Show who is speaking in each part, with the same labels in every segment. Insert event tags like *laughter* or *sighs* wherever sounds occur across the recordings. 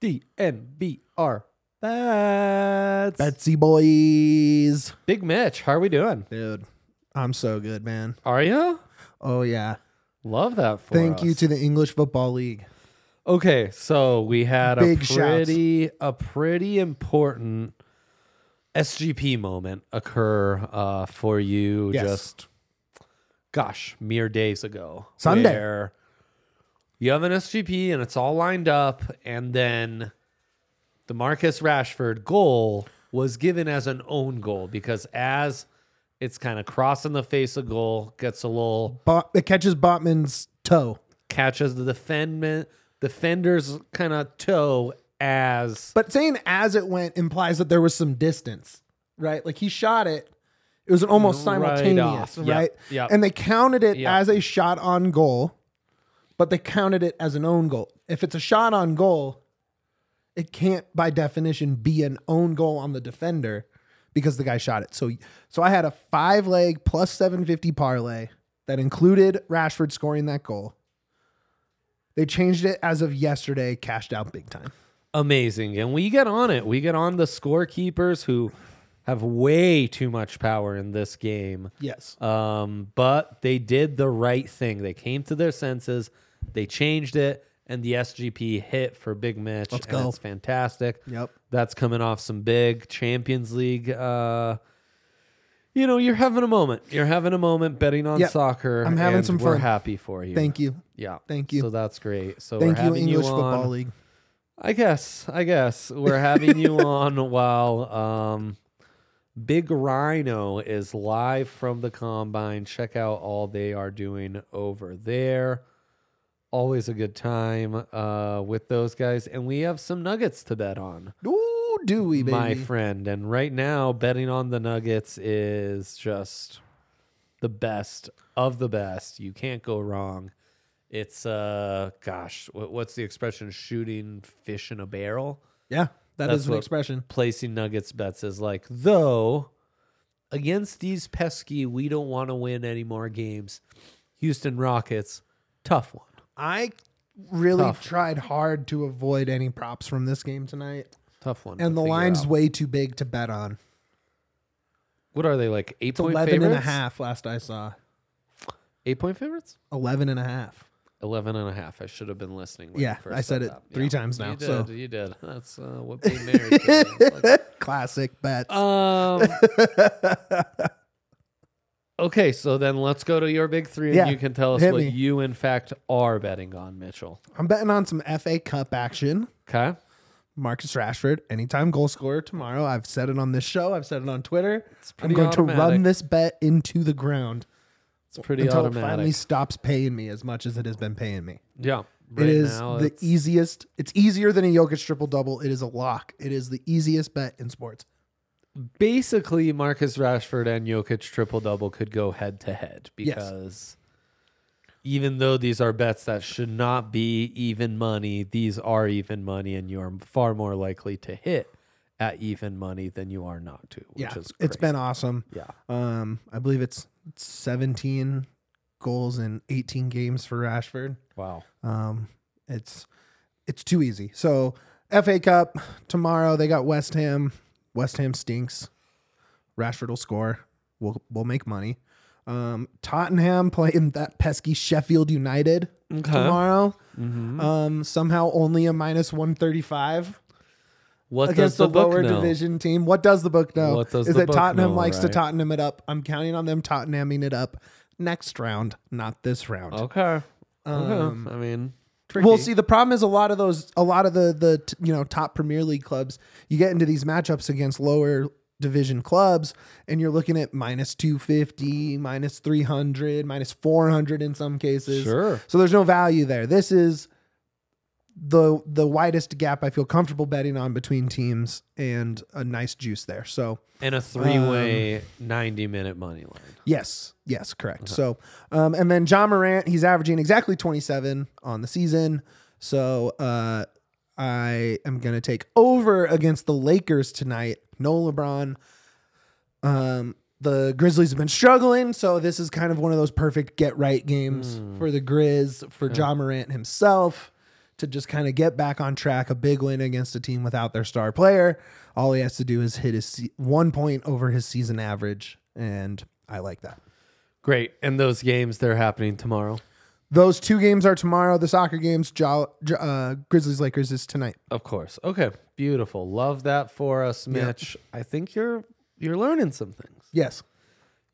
Speaker 1: DNBR. That's
Speaker 2: Betsy boys,
Speaker 1: Big Mitch. How are we doing?
Speaker 2: dude, I'm so good, man.
Speaker 1: Are you?
Speaker 2: Oh yeah,
Speaker 1: Love that for
Speaker 2: thank you
Speaker 1: us.
Speaker 2: to the English Football League.
Speaker 1: Okay, so we had
Speaker 2: Big
Speaker 1: a
Speaker 2: shouts.
Speaker 1: pretty a pretty important SGP moment occur uh, for you
Speaker 2: Yes.
Speaker 1: just gosh, mere days ago.
Speaker 2: Sunday.
Speaker 1: where you have an SGP and it's all lined up and then the Marcus Rashford goal was given as an own goal because as it's kind of crossing the face of goal, gets a little
Speaker 2: Bot, it catches Botman's toe,
Speaker 1: catches the defendment defender's kind of toe as
Speaker 2: but saying as it went implies that there was some distance, right? Like he shot it. It was an almost
Speaker 1: Right off.
Speaker 2: simultaneous,
Speaker 1: Yep,
Speaker 2: right?
Speaker 1: yep.
Speaker 2: And they counted it
Speaker 1: Yep.
Speaker 2: as a shot on goal, but they counted it as an own goal. If it's a shot on goal, it can't by definition be an own goal on the defender because the guy shot it. So so I had a 5 leg plus 750 parlay that included Rashford scoring that goal. They changed it as of yesterday, cashed out big time.
Speaker 1: amazing. And we get on it. We get on the scorekeepers who have way too much power in this game.
Speaker 2: Yes.
Speaker 1: Um, but they did the right thing. They came to their senses. They changed it, and the SGP hit for Big Mitch.
Speaker 2: Let's
Speaker 1: and
Speaker 2: go.
Speaker 1: It's fantastic.
Speaker 2: Yep.
Speaker 1: That's coming off some big Champions League. Uh, you know, you're having a moment. You're having a moment betting on
Speaker 2: Yep.
Speaker 1: soccer.
Speaker 2: I'm having
Speaker 1: and
Speaker 2: some
Speaker 1: We're
Speaker 2: fun.
Speaker 1: happy for you.
Speaker 2: Thank you.
Speaker 1: Yeah.
Speaker 2: Thank you.
Speaker 1: So that's great. So
Speaker 2: Thank
Speaker 1: we're
Speaker 2: you
Speaker 1: having
Speaker 2: English
Speaker 1: on,
Speaker 2: Football League.
Speaker 1: I guess. I guess we're having you on while um, Big Rhino is live from the combine. Check out all they are doing over there. Always a good time uh, with those guys, and we have some nuggets to bet on,
Speaker 2: Ooh, do we, baby?
Speaker 1: my friend. And right now, betting on the Nuggets is just the best of the best. You can't go wrong. It's uh, gosh, wh- what's the expression? Shooting fish in a barrel
Speaker 2: Yeah,
Speaker 1: That's
Speaker 2: That's an
Speaker 1: what-
Speaker 2: expression.
Speaker 1: placing Nuggets bets is like, though, against these pesky, we don't want to win any more games. Houston Rockets, tough one.
Speaker 2: I really
Speaker 1: Tough.
Speaker 2: tried hard to avoid any props from this game tonight,
Speaker 1: Tough one. to
Speaker 2: and the
Speaker 1: figure
Speaker 2: line's
Speaker 1: out.
Speaker 2: way too big to bet on.
Speaker 1: What are they like? Eight
Speaker 2: It's
Speaker 1: point
Speaker 2: 11
Speaker 1: favorites?
Speaker 2: and a half last I saw.
Speaker 1: Eight point favorites?
Speaker 2: 11 and a half.
Speaker 1: 11 and a half. I should have been listening. When
Speaker 2: Yeah,
Speaker 1: you first
Speaker 2: I said
Speaker 1: said
Speaker 2: it
Speaker 1: that.
Speaker 2: three times now,
Speaker 1: You did.
Speaker 2: so.
Speaker 1: You did. *laughs* That's uh, what being married is.
Speaker 2: *laughs* Classic bets.
Speaker 1: Um. okay, so then let's go to your big three, and
Speaker 2: Yeah,
Speaker 1: you can tell us
Speaker 2: hit
Speaker 1: what
Speaker 2: me.
Speaker 1: you, in fact, are betting on, Mitchell.
Speaker 2: I'm betting on some FA Cup action.
Speaker 1: Okay.
Speaker 2: Marcus Rashford, anytime goal scorer tomorrow. I've said it on this show. I've said it on Twitter. I'm
Speaker 1: pretty
Speaker 2: going to run
Speaker 1: automatic.
Speaker 2: this bet into the ground
Speaker 1: It's pretty
Speaker 2: until it
Speaker 1: automatic.
Speaker 2: finally stops paying me as much as it has been paying me.
Speaker 1: yeah. Right
Speaker 2: It is
Speaker 1: now,
Speaker 2: the
Speaker 1: it's-
Speaker 2: easiest. It's easier than a Jokic triple double. It is a lock. It is the easiest bet in sports.
Speaker 1: basically Marcus Rashford and Jokic triple double could go head to head because even though these are bets that should not be even money, these are even money, and you are far more likely to hit at even money than you are not to. Which
Speaker 2: yeah,
Speaker 1: is
Speaker 2: it's
Speaker 1: crazy.
Speaker 2: been awesome.
Speaker 1: yeah.
Speaker 2: Um, I believe it's 17 goals in 18 games for Rashford.
Speaker 1: Wow.
Speaker 2: Um, it's it's too easy. So FA Cup tomorrow they got West Ham. West Ham stinks. Rashford will score. We'll we'll make money. Um, Tottenham playing that pesky Sheffield United tomorrow.
Speaker 1: Mm-hmm.
Speaker 2: Um, somehow only a minus one thirty five
Speaker 1: What does
Speaker 2: against the,
Speaker 1: the, book
Speaker 2: lower
Speaker 1: know?
Speaker 2: division team. What does the book know?
Speaker 1: What does
Speaker 2: is
Speaker 1: the
Speaker 2: that
Speaker 1: book
Speaker 2: Tottenham
Speaker 1: know,
Speaker 2: likes to
Speaker 1: right?
Speaker 2: Tottenham it up. I'm counting on them Tottenhamming it up next round, not this round.
Speaker 1: Okay.
Speaker 2: Um,
Speaker 1: okay. I mean,
Speaker 2: Well,
Speaker 1: tricky.
Speaker 2: see, the problem is a lot of those, a lot of the the t- you know top Premier League clubs, you get into these matchups against lower division clubs, and you're looking at minus two fifty, minus three hundred, minus four hundred in some cases.
Speaker 1: Sure.
Speaker 2: So there's no value there. This is the the widest gap I feel comfortable betting on between teams and a nice juice there. So
Speaker 1: And a three-way,
Speaker 2: Um,
Speaker 1: ninety-minute money line.
Speaker 2: Yes, yes, correct. So, um, and then John Morant, he's averaging exactly 27 on the season. So, uh, I am going to take over against the Lakers tonight. No LeBron. Um, the Grizzlies have been struggling. So, this is kind of one of those perfect get right games for the Grizz, for John Morant himself to just kind of get back on track. A big win against a team without their star player. All he has to do is hit his se- one point over his season average, and I like that.
Speaker 1: Great. And those games they're happening tomorrow.
Speaker 2: Those two games are tomorrow. The soccer games, jo- jo- uh, Grizzlies Lakers is tonight.
Speaker 1: Of course. Okay. Beautiful. Love that for us, Mitch. I think you're you're learning some things.
Speaker 2: Yes,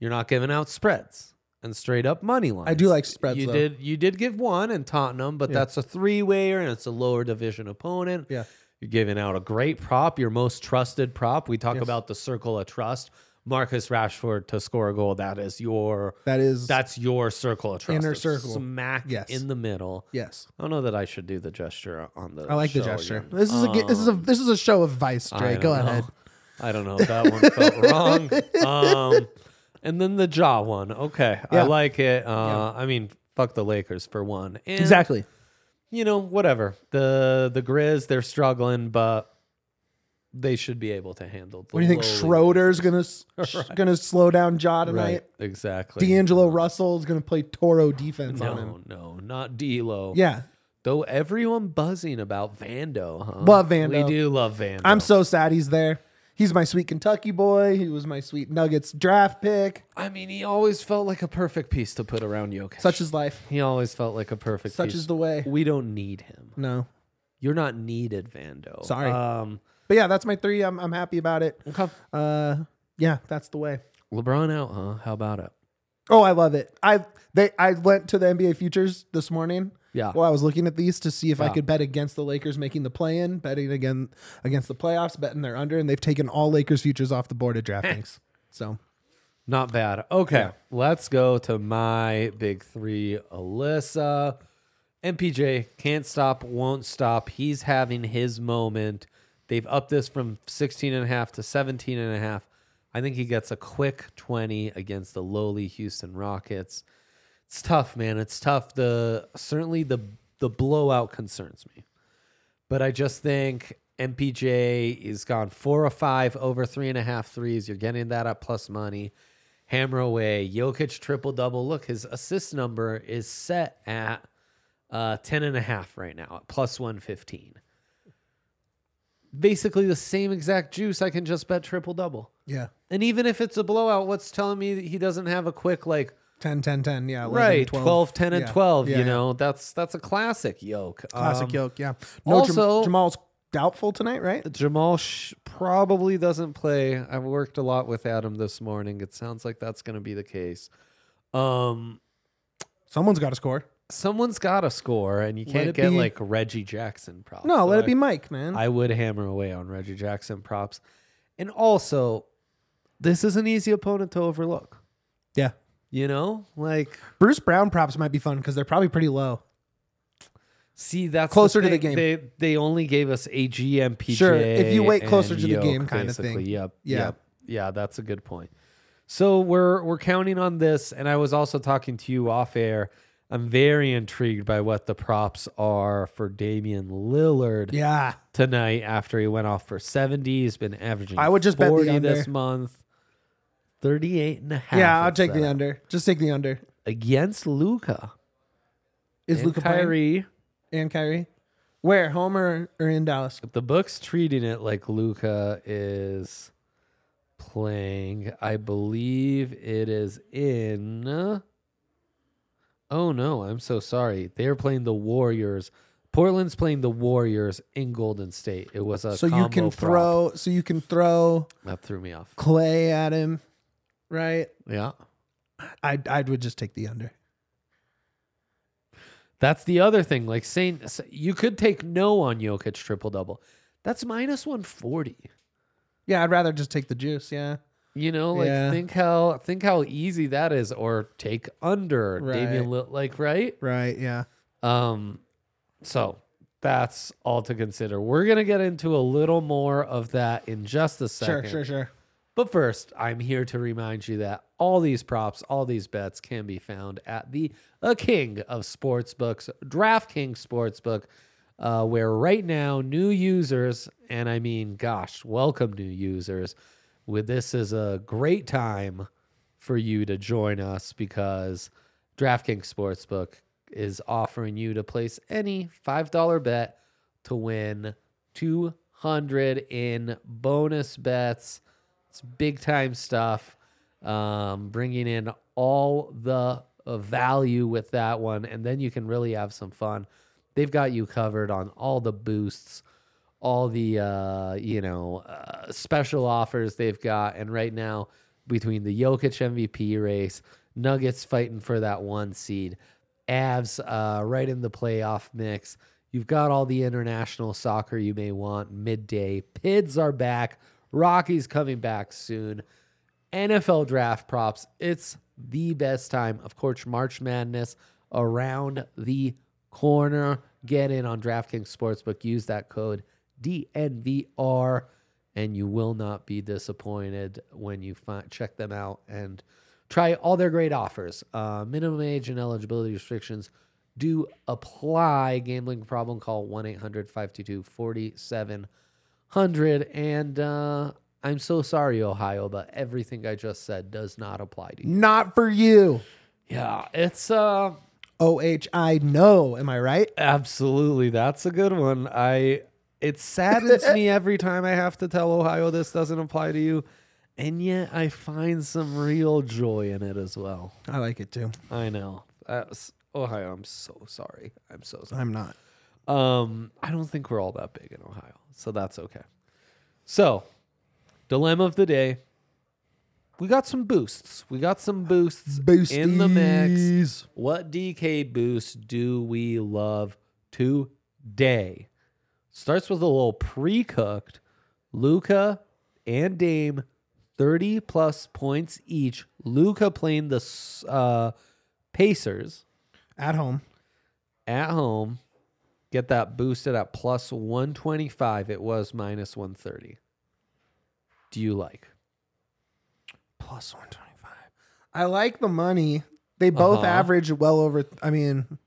Speaker 1: You're not giving out spreads and straight up money lines.
Speaker 2: I do like spreads,
Speaker 1: You
Speaker 2: though.
Speaker 1: did you did give one in Tottenham, but that's a three wayer and it's a lower division opponent.
Speaker 2: Yeah.
Speaker 1: You're giving out a great prop, your most trusted prop. We talk about the circle of trust. Marcus Rashford to score a goal. That is your
Speaker 2: that is
Speaker 1: that's your circle of trust.
Speaker 2: Inner
Speaker 1: It's
Speaker 2: circle.
Speaker 1: Smack
Speaker 2: Yes.
Speaker 1: in the middle.
Speaker 2: yes.
Speaker 1: I don't know that I should do the gesture on the
Speaker 2: I like the
Speaker 1: show
Speaker 2: gesture.
Speaker 1: again.
Speaker 2: This is a ge- this is a this is a show of vice,
Speaker 1: I
Speaker 2: Jay.
Speaker 1: don't
Speaker 2: Go
Speaker 1: know. *laughs*
Speaker 2: ahead.
Speaker 1: I don't know if that one
Speaker 2: *laughs*
Speaker 1: felt wrong. Um, and then the jaw one. Okay, I
Speaker 2: Yeah.
Speaker 1: like it. Uh, I mean, fuck the Lakers for one. And,
Speaker 2: Exactly.
Speaker 1: You know, whatever. The the Grizz, they're struggling, but they should be able to handle. The
Speaker 2: What do you think?
Speaker 1: lowly-
Speaker 2: Schroeder's gonna s
Speaker 1: *laughs*
Speaker 2: gonna slow down Jaw
Speaker 1: Right.
Speaker 2: tonight.
Speaker 1: Exactly.
Speaker 2: D'Angelo Russell is gonna play Toro defense on him.
Speaker 1: No, no, not D'Lo.
Speaker 2: Yeah,
Speaker 1: Though everyone buzzing about Vando, huh?
Speaker 2: Love Vando.
Speaker 1: We do love Vando.
Speaker 2: I'm so sad he's there. He's my sweet Kentucky boy. He was my sweet Nuggets draft pick.
Speaker 1: I mean, he always felt like a perfect piece to put around Jokic.
Speaker 2: Such is life.
Speaker 1: He always felt like a perfect.
Speaker 2: Such
Speaker 1: piece.
Speaker 2: is the way.
Speaker 1: We don't need him.
Speaker 2: No,
Speaker 1: You're not needed, Vando.
Speaker 2: Sorry.
Speaker 1: Um,
Speaker 2: but yeah, that's my three. I'm I'm happy about it. Uh, yeah, that's the way.
Speaker 1: LeBron out, huh? How about it?
Speaker 2: Oh, I love it. I they I went to the NBA futures this morning.
Speaker 1: Yeah.
Speaker 2: Well, I was looking at these to see if I could bet against the Lakers making the play in, betting again against the playoffs, betting they're under, and they've taken all Lakers futures off the board
Speaker 1: *laughs*
Speaker 2: at DraftKings. so
Speaker 1: Not bad. Okay, let's go to my big three. Alyssa, MPJ can't stop, won't stop. He's having his moment. They've upped this from 16 and a half to 17 and a half. I think he gets a quick 20 against the lowly Houston Rockets. It's tough, man. It's tough. The certainly the the blowout concerns me. But I just think MPJ is gone four or five over three and a half threes. You're getting that at plus money. Hammer away. Jokic triple double. Look, his assist number is set at uh, 10 and a half right now, at plus 115. Basically the same exact juice. I can just bet triple double.
Speaker 2: yeah.
Speaker 1: And even if it's a blowout, what's telling me that he doesn't have a quick, like,
Speaker 2: 10, 10, 10, yeah. 11,
Speaker 1: right, 12, 10, and
Speaker 2: Yeah.
Speaker 1: 12,
Speaker 2: Yeah,
Speaker 1: you
Speaker 2: yeah.
Speaker 1: know, that's that's a classic yoke.
Speaker 2: Classic
Speaker 1: Um,
Speaker 2: yoke, yeah. No, Jam-
Speaker 1: also-
Speaker 2: Jamal's doubtful tonight, right?
Speaker 1: Jamal sh- probably doesn't play. I worked a lot with Adam this morning. It sounds like that's going to be the case. Um,
Speaker 2: Someone's got to score.
Speaker 1: someone's got to score, and you
Speaker 2: Let
Speaker 1: can't
Speaker 2: it
Speaker 1: get
Speaker 2: be-
Speaker 1: like Reggie Jackson props.
Speaker 2: No,
Speaker 1: So
Speaker 2: let
Speaker 1: I-
Speaker 2: it be Mike, man.
Speaker 1: I would hammer away on Reggie Jackson props, and also, this is an easy opponent to overlook.
Speaker 2: yeah.
Speaker 1: You know, like
Speaker 2: Bruce Brown props might be fun because they're probably pretty low.
Speaker 1: see that's
Speaker 2: Closer to the
Speaker 1: thing.
Speaker 2: game.
Speaker 1: They they only gave us AGMPJ.
Speaker 2: Sure, if you wait closer
Speaker 1: and
Speaker 2: to the
Speaker 1: Yoke,
Speaker 2: game kinda thing.
Speaker 1: basically. Yep.
Speaker 2: Yeah.
Speaker 1: Yep. Yeah, that's a good point. So we're we're counting on this, and I was also talking to you off air. I'm very intrigued by what the props are for Damian Lillard
Speaker 2: Yeah.
Speaker 1: tonight after he went off for 70. He's been averaging
Speaker 2: I would just bet the
Speaker 1: 40 this
Speaker 2: under.
Speaker 1: month. 38 and a half.
Speaker 2: Yeah, I'll
Speaker 1: it's
Speaker 2: take the
Speaker 1: at.
Speaker 2: under. Just take the under.
Speaker 1: Against Luca.
Speaker 2: Is Luca Kyrie
Speaker 1: Kyrie.
Speaker 2: and Kyrie? Where Homer or in Dallas?
Speaker 1: the book's treating it like Luca is playing. I believe it is in. Oh no, I'm so sorry. They're playing the Warriors. Portland's playing the Warriors in Golden State. It was a
Speaker 2: So you
Speaker 1: combo
Speaker 2: can
Speaker 1: prop.
Speaker 2: throw. So you can throw
Speaker 1: that threw me off.
Speaker 2: Clay at him, right?
Speaker 1: Yeah.
Speaker 2: I I would just take the under.
Speaker 1: That's the other thing. Like saying you could take no on Jokic triple double. That's minus 140.
Speaker 2: Yeah, I'd rather just take the juice. Yeah,
Speaker 1: You know, like
Speaker 2: Yeah.
Speaker 1: think how think how easy that is, or take under
Speaker 2: Right.
Speaker 1: Damian, Lil- like right.
Speaker 2: right. Yeah,
Speaker 1: Um, so that's all to consider. We're going to get into a little more of that in just a second.
Speaker 2: Sure, sure, sure.
Speaker 1: But first, I'm here to remind you that all these props, all these bets can be found at the a king of sportsbooks, DraftKings Sportsbook, uh, where right now new users, and I mean, gosh, welcome new users. With this is a great time for you to join us because DraftKings Sportsbook is offering you to place any $5 bet to win 200 in bonus bets. It's big time stuff. Um, bringing in all the uh, value with that one, and then you can really have some fun. They've got you covered on all the boosts, all the uh, you know uh, special offers they've got, and right now between the Jokic MVP race, Nuggets fighting for that one seed, Avs uh, right in the playoff mix. You've got all the international soccer you may want. Midday Pids are back. Rockies coming back soon. NFL draft props. It's the best time. Of course, March Madness around the corner. Get in on DraftKings Sportsbook. Use that code DNVR, and you will not be disappointed when you find, check them out and try all their great offers. Uh, minimum age and eligibility restrictions do apply. Gambling problem, call 1 800 522 4700. And uh, I'm so sorry, Ohio, but everything I just said does not apply to you.
Speaker 2: Not for you.
Speaker 1: Yeah, it's uh
Speaker 2: O H I no. Am I right?
Speaker 1: absolutely that's a good one. I it saddens *laughs* me every time I have to tell Ohio this doesn't apply to you, and yet I find some real joy in it as well.
Speaker 2: I like it too.
Speaker 1: I know. That's, Ohio, I'm so sorry. I'm so sorry.
Speaker 2: I'm not.
Speaker 1: Um, I don't think we're all that big in Ohio, so that's okay. So, dilemma of the day. We got some boosts. We got some boosts in the mix.
Speaker 2: Boosties.
Speaker 1: What DK boost do we love today? Starts with a little pre-cooked. Luca and Dame, thirty plus points each. Luca playing the s- uh, Pacers
Speaker 2: At home.
Speaker 1: at home, get that boosted at plus 125. It was minus 130. Do you like?
Speaker 2: Plus 125. I like the money. They both
Speaker 1: Uh-huh.
Speaker 2: average well over. I mean,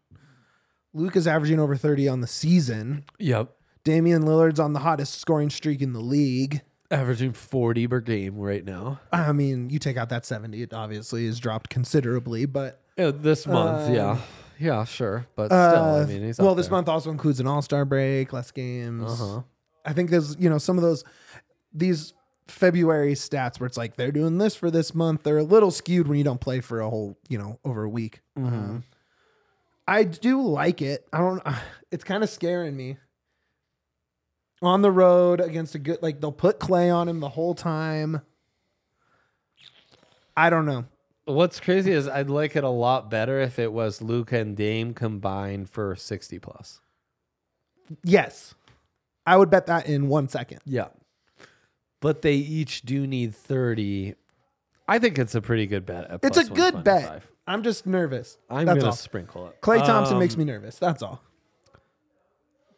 Speaker 2: Luke is averaging over 30 on the season.
Speaker 1: Yep.
Speaker 2: Damian Lillard's on the hottest scoring streak in the league.
Speaker 1: Averaging 40 per game right now.
Speaker 2: I mean, you take out that 70, it obviously has dropped considerably, but
Speaker 1: Uh, this month, yeah. Yeah, sure. But still,
Speaker 2: uh,
Speaker 1: I mean, he's
Speaker 2: well,
Speaker 1: up
Speaker 2: this
Speaker 1: there.
Speaker 2: month also includes an All Star break, less games.
Speaker 1: Uh-huh.
Speaker 2: I think there's you know some of those these February stats where it's like they're doing this for this month. They're a little skewed when you don't play for a whole you know over a week.
Speaker 1: Mm-hmm.
Speaker 2: Um, I do like it. I don't. *sighs* It's kind of scaring me. On the road against a good like they'll put Clay on him the whole time. I don't know.
Speaker 1: What's crazy is I'd like it a lot better if it was Luca and Dame combined for 60 plus.
Speaker 2: Yes, I would bet that in one second.
Speaker 1: Yeah. But they each do need 30. I think it's a pretty good bet. at
Speaker 2: It's a
Speaker 1: plus
Speaker 2: good bet.
Speaker 1: 125.
Speaker 2: I'm just nervous.
Speaker 1: I'm
Speaker 2: That's
Speaker 1: gonna
Speaker 2: all.
Speaker 1: sprinkle it. Um,
Speaker 2: Clay Thompson makes me nervous. That's all.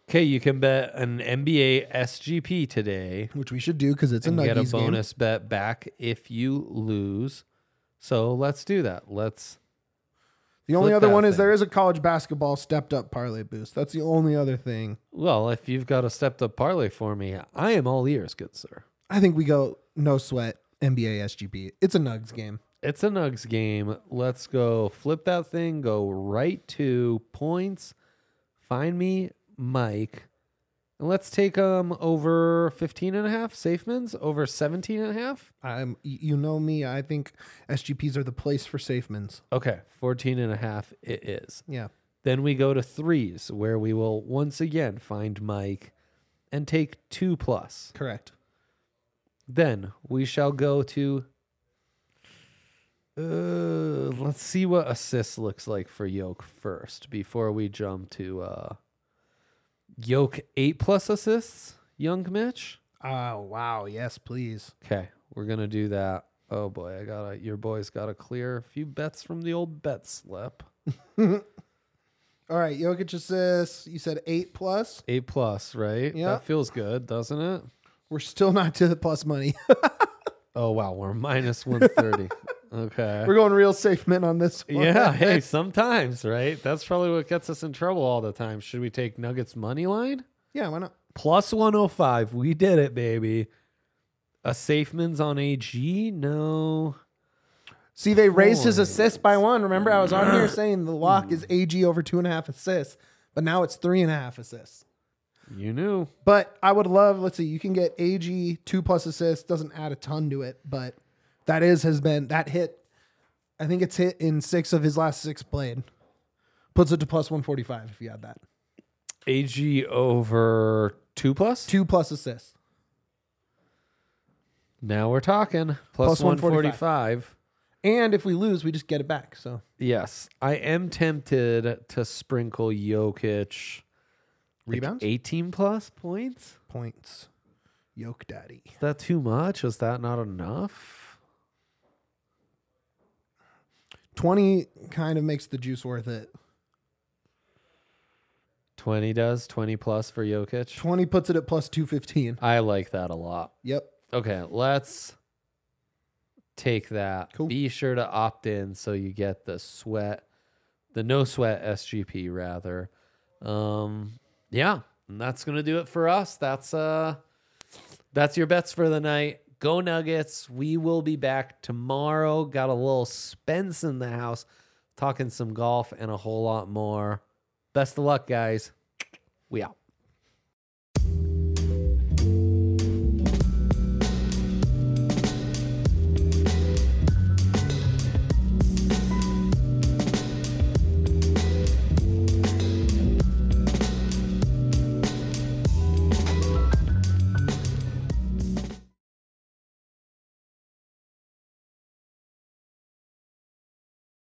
Speaker 1: Okay, you can bet an NBA SGP today
Speaker 2: Which we should do because it's a
Speaker 1: and
Speaker 2: Nuggets
Speaker 1: get a
Speaker 2: game.
Speaker 1: bonus bet back if you lose. So let's do that. Let's
Speaker 2: The only
Speaker 1: Flip
Speaker 2: other
Speaker 1: that
Speaker 2: one is
Speaker 1: thing.
Speaker 2: there is a college basketball stepped up parlay boost. That's the only other thing.
Speaker 1: well, if you've got a stepped up parlay for me, I am all ears, good sir.
Speaker 2: I think we go no sweat NBA SGP. It's a Nugs game.
Speaker 1: It's a Nugs game. Let's go flip that thing, go right to points. Find me Mike. And let's take um over 15 and a half, Safemans over 17 and a half.
Speaker 2: I'm y- you know me. I think SGPs are the place for safemans.
Speaker 1: Okay, 14 and a half it is.
Speaker 2: Yeah,
Speaker 1: Then we go to threes, where we will once again find Mike and take two plus.
Speaker 2: correct.
Speaker 1: Then we shall go to. Uh, let's see what assists looks like for Yoke first before we jump to uh, Yoke eight plus assists, Young Mitch.
Speaker 2: Oh wow, yes, please.
Speaker 1: Okay, we're gonna do that. Oh boy, I gotta. Your boy's gotta clear a few bets from the old bet slip.
Speaker 2: All right, Jokic assists. You said eight plus.
Speaker 1: Eight plus, right?
Speaker 2: Yeah.
Speaker 1: That feels good, doesn't it?
Speaker 2: We're still not to the plus money. *laughs*
Speaker 1: Oh wow, we're minus one thirty. okay.
Speaker 2: We're going real safe men on this one.
Speaker 1: yeah, hey, sometimes, right? That's probably what gets us in trouble all the time. Should we take Nuggets money line?
Speaker 2: Yeah, why not?
Speaker 1: Plus 105. We did it, baby. A Safeman's on AG? No.
Speaker 2: See, they raised his assist by one. Remember, I was on here saying the lock is AG over two and a half assists, but now it's three and a half assists.
Speaker 1: You knew.
Speaker 2: But I would love, let's see, you can get AG two plus assists, doesn't add a ton to it, but that is has been that hit. I think it's hit in six of his last six played. Puts it to plus 145 if you add that.
Speaker 1: AG over two plus?
Speaker 2: Two plus assists.
Speaker 1: Now we're talking. Plus,
Speaker 2: Plus
Speaker 1: 145.
Speaker 2: And if we lose, we just get it back. So
Speaker 1: Yes. I am tempted to sprinkle Jokic like,
Speaker 2: Rebounds?
Speaker 1: 18 plus points?
Speaker 2: points. Yoke daddy.
Speaker 1: Is that too much? Is that not enough?
Speaker 2: 20 kind of makes the juice worth it.
Speaker 1: 20 does 20 plus for Jokic.
Speaker 2: 20 puts it at plus 215.
Speaker 1: I like that a lot.
Speaker 2: Yep.
Speaker 1: Okay, let's take that.
Speaker 2: Cool.
Speaker 1: Be sure to opt in so you get the sweat, the no sweat SGP rather. Um, yeah, and that's gonna do it for us. That's uh, that's your bets for the night. Go Nuggets. We will be back tomorrow. Got a little Spence in the house, talking some golf and a whole lot more. Best of luck, guys. We out.